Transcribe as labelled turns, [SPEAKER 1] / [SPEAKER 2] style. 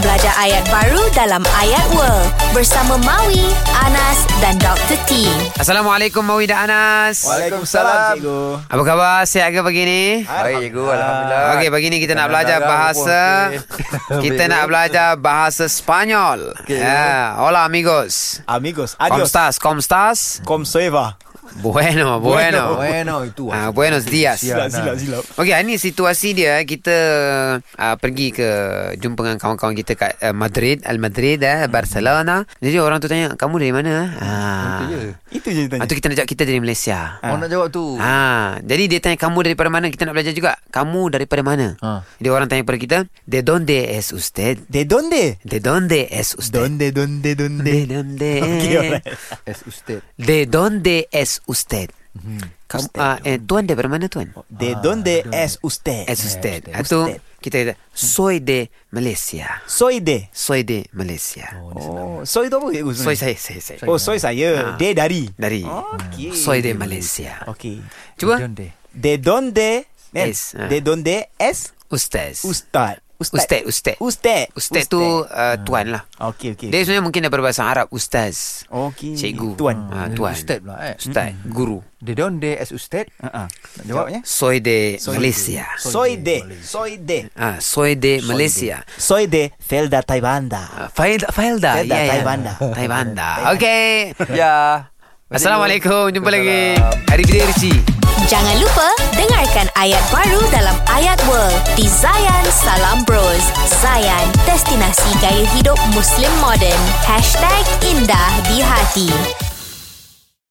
[SPEAKER 1] Ada ayat baru dalam Ayat World bersama Maui, Anas dan Dr. T.
[SPEAKER 2] Assalamualaikum Mawi dan Anas.
[SPEAKER 3] Waalaikumsalam, cikgu.
[SPEAKER 2] Apa khabar? Sihat ke pagi ni?
[SPEAKER 3] Baik, cikgu. Alhamdulillah.
[SPEAKER 2] Okey, pagi ni kita nak belajar
[SPEAKER 3] Kadang-kadang
[SPEAKER 2] bahasa
[SPEAKER 3] pun okey.
[SPEAKER 2] kita nak belajar bahasa Spanyol.
[SPEAKER 3] Okey.
[SPEAKER 2] Ya, hola amigos.
[SPEAKER 4] Amigos,
[SPEAKER 2] ¿Cómo
[SPEAKER 4] adiós.
[SPEAKER 2] estás? ¿Cómo estás?
[SPEAKER 4] Com soeva.
[SPEAKER 2] Bueno, bueno.
[SPEAKER 3] Bueno, itu.
[SPEAKER 2] Ah, buenos días.
[SPEAKER 4] Silap,
[SPEAKER 3] Ya, nah.
[SPEAKER 4] silap, silap.
[SPEAKER 2] Okey, hari ni situasi dia eh, kita uh, pergi ke jumpa dengan kawan-kawan kita kat uh, Madrid, Al Madrid eh, Barcelona. Jadi orang tu tanya, "Kamu dari mana?" eh?" Ah.
[SPEAKER 4] Itu je
[SPEAKER 2] Ah,
[SPEAKER 4] dia tanya.
[SPEAKER 2] tu kita nak jawab kita dari Malaysia.
[SPEAKER 3] Mau Oh, nak jawab tu.
[SPEAKER 4] Oh.
[SPEAKER 2] Ha, jadi dia tanya kamu daripada mana kita nak belajar juga. Kamu daripada mana? Ha.
[SPEAKER 3] Ha.
[SPEAKER 2] Dia orang tanya kepada kita, "De donde es usted?"
[SPEAKER 4] De donde?
[SPEAKER 2] "De donde es usted?"
[SPEAKER 4] Donde, donde, donde.
[SPEAKER 2] "De donde."
[SPEAKER 4] Okey, alright.
[SPEAKER 3] Es usted.
[SPEAKER 2] "De donde es usted?"
[SPEAKER 4] Mm-hmm.
[SPEAKER 2] Kamu, ah, eh, tuan daripada mana tuan?
[SPEAKER 4] De donde oh. es usted?
[SPEAKER 2] Es usted.
[SPEAKER 4] usted.
[SPEAKER 2] Atau
[SPEAKER 4] Usted.
[SPEAKER 2] kita kata, "Soy de Malaysia."
[SPEAKER 4] Soy de.
[SPEAKER 2] "Soy de Malaysia."
[SPEAKER 4] Oh, soy tu apa cikgu?
[SPEAKER 2] "Soy saya, saya, saya."
[SPEAKER 4] Oh, soy saya. De dari.
[SPEAKER 2] Dari
[SPEAKER 4] Okey.
[SPEAKER 2] "Soy de Malaysia."
[SPEAKER 4] Okey.
[SPEAKER 2] Cuba
[SPEAKER 3] Donde?
[SPEAKER 4] De donde?
[SPEAKER 2] Es, ah.
[SPEAKER 4] De donde es
[SPEAKER 2] ustaz.
[SPEAKER 4] ustad?
[SPEAKER 2] Ustaz, ustaz.
[SPEAKER 4] Ustaz.
[SPEAKER 2] Ustaz tu
[SPEAKER 4] Ah.
[SPEAKER 2] uh, tuan lah.
[SPEAKER 4] Okey, okey.
[SPEAKER 2] Dia sebenarnya mungkin daripada bahasa Arab ustaz.
[SPEAKER 4] Okey.
[SPEAKER 2] Cikgu
[SPEAKER 4] Tuan.
[SPEAKER 2] ha, Tuan
[SPEAKER 3] Ustaz pula eh.
[SPEAKER 2] Ustaz Guru
[SPEAKER 3] De donde es usted?
[SPEAKER 4] Ha, ha.
[SPEAKER 3] Nak ya? jawabnya?
[SPEAKER 2] Soy de Malaysia
[SPEAKER 4] Soy de. Soy de.
[SPEAKER 2] Ah, Soy de Malaysia
[SPEAKER 4] Soy de Felda
[SPEAKER 2] Ah,
[SPEAKER 4] Taibanda.
[SPEAKER 2] Failda Failda
[SPEAKER 4] Failda,
[SPEAKER 2] ya, ya.
[SPEAKER 4] Taibanda.
[SPEAKER 2] Taibanda Okay
[SPEAKER 3] Ya.
[SPEAKER 2] Assalamualaikum Jumpa lagi Hari Bida Ricci
[SPEAKER 1] Jangan lupa dengarkan ayat baru dalam Ayat World di Zayan Salam Bros. Zayan, destinasi gaya hidup Muslim modern. #IndahDiHati